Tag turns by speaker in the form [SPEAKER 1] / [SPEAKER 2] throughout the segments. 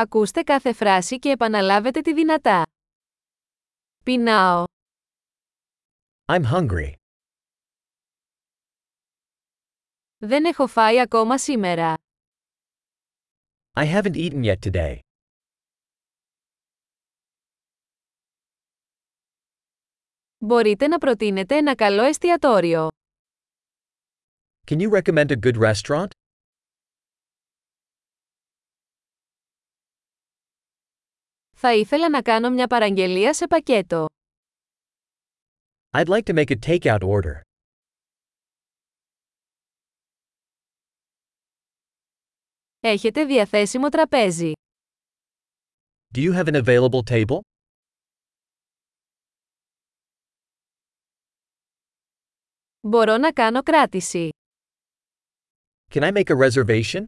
[SPEAKER 1] Ακούστε κάθε φράση και επαναλάβετε τη δυνατά. Πεινάω.
[SPEAKER 2] I'm hungry.
[SPEAKER 1] Δεν έχω φάει ακόμα σήμερα.
[SPEAKER 2] I haven't eaten yet today.
[SPEAKER 1] Μπορείτε να προτείνετε ένα καλό εστιατόριο.
[SPEAKER 2] Can you recommend a good restaurant?
[SPEAKER 1] Θα ήθελα να κάνω μια παραγγελία σε πακέτο.
[SPEAKER 2] I'd like to make a takeout order.
[SPEAKER 1] Έχετε διαθέσιμο τραπέζι.
[SPEAKER 2] Do you have an available table?
[SPEAKER 1] Μπορώ να κάνω κράτηση.
[SPEAKER 2] Can I make a reservation?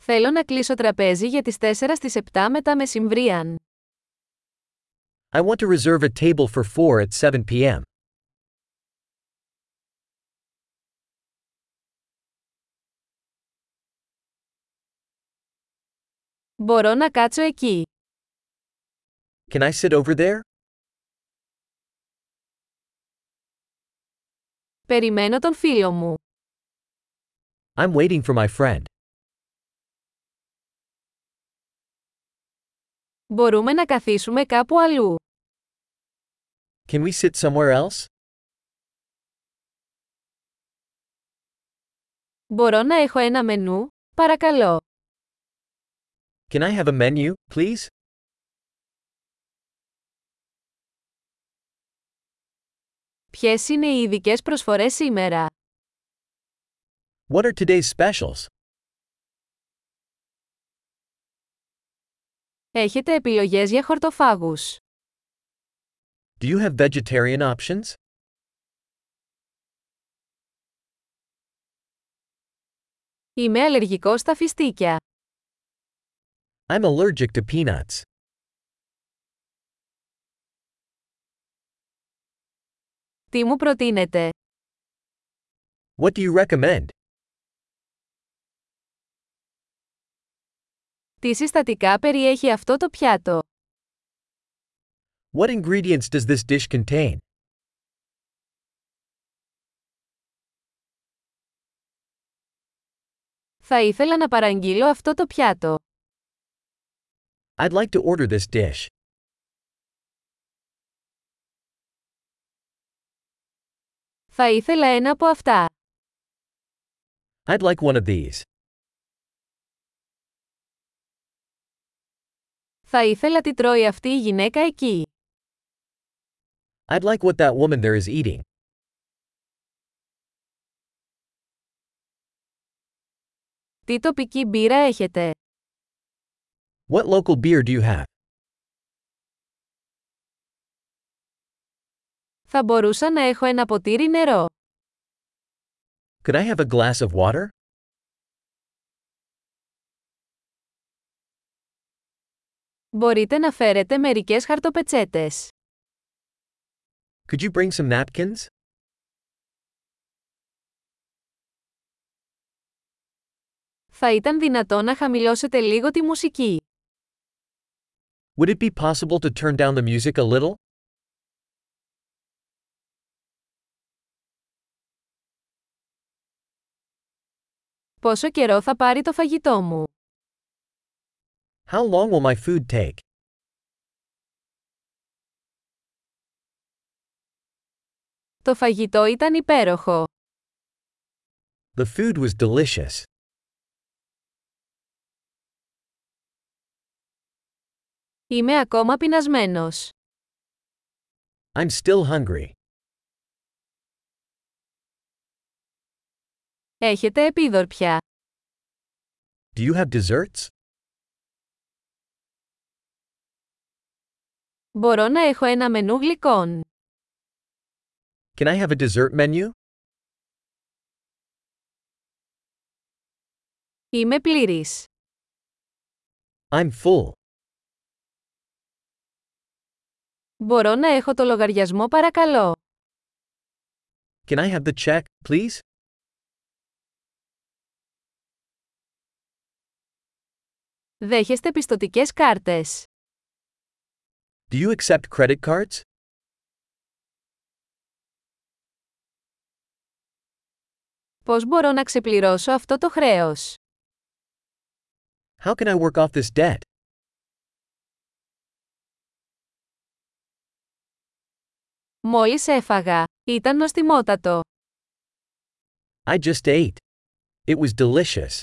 [SPEAKER 1] Θέλω να κλείσω τραπέζι για τις 4 στις 7 μετά μεσημβρίαν.
[SPEAKER 2] I want to reserve a table for 4 at 7 p.m.
[SPEAKER 1] Μπορώ να κάτσω εκεί.
[SPEAKER 2] Can I sit over there?
[SPEAKER 1] Περιμένω τον φίλο μου.
[SPEAKER 2] I'm waiting for my friend.
[SPEAKER 1] Μπορούμε να καθίσουμε κάπου αλλού.
[SPEAKER 2] Can we sit somewhere else?
[SPEAKER 1] Μπορώ να έχω ένα μενού, παρακαλώ.
[SPEAKER 2] Can I have a menu, please?
[SPEAKER 1] Ποιες είναι οι ειδικές προσφορές σήμερα.
[SPEAKER 2] What are today's specials?
[SPEAKER 1] Έχετε επιλογές για χορτοφάγους.
[SPEAKER 2] Do you have vegetarian options?
[SPEAKER 1] Είμαι αλλεργικός στα φιστίκια.
[SPEAKER 2] I'm allergic to peanuts.
[SPEAKER 1] Τι μου προτείνετε.
[SPEAKER 2] What do you recommend?
[SPEAKER 1] Τι συστατικά περιέχει αυτό το πιάτο.
[SPEAKER 2] What ingredients does this dish contain?
[SPEAKER 1] Θα ήθελα να παραγγείλω αυτό το πιάτο.
[SPEAKER 2] I'd like to order this dish.
[SPEAKER 1] Θα ήθελα ένα από αυτά.
[SPEAKER 2] I'd like one of these.
[SPEAKER 1] Θα ήθελα τι τρώει αυτή η γυναίκα εκεί.
[SPEAKER 2] I'd like what that woman there is eating.
[SPEAKER 1] Τι τοπική μπύρα έχετε.
[SPEAKER 2] What local beer do you have?
[SPEAKER 1] Θα μπορούσα να έχω ένα ποτήρι νερό.
[SPEAKER 2] Could I have a glass of water?
[SPEAKER 1] Μπορείτε να φέρετε μερικές χαρτοπετσέτες.
[SPEAKER 2] Could you bring some napkins?
[SPEAKER 1] Θα ήταν δυνατό να χαμηλώσετε λίγο τη μουσική.
[SPEAKER 2] Would it be possible to turn down the music a little?
[SPEAKER 1] Πόσο καιρό θα πάρει το φαγητό μου.
[SPEAKER 2] How long will my food take?
[SPEAKER 1] Το φαγητό ήταν υπέροχο.
[SPEAKER 2] The food was delicious.
[SPEAKER 1] Είμαι ακόμα πεινασμένος.
[SPEAKER 2] I'm still hungry.
[SPEAKER 1] Έχετε επίδορπια.
[SPEAKER 2] Do you have desserts?
[SPEAKER 1] Μπορώ να έχω ένα μενού γλυκών.
[SPEAKER 2] Can I have a dessert menu?
[SPEAKER 1] Είμαι πλήρης.
[SPEAKER 2] I'm full.
[SPEAKER 1] Μπορώ να έχω το λογαριασμό παρακαλώ.
[SPEAKER 2] Can I have the check, please?
[SPEAKER 1] Δέχεστε πιστωτικές κάρτες.
[SPEAKER 2] Do you accept credit cards?
[SPEAKER 1] Πώς μπορώ να ξεπληρώσω αυτό το χρέος.
[SPEAKER 2] How can I work off this debt?
[SPEAKER 1] Μόλις έφαγα. Ήταν νοστιμότατο.
[SPEAKER 2] I just ate. It was delicious.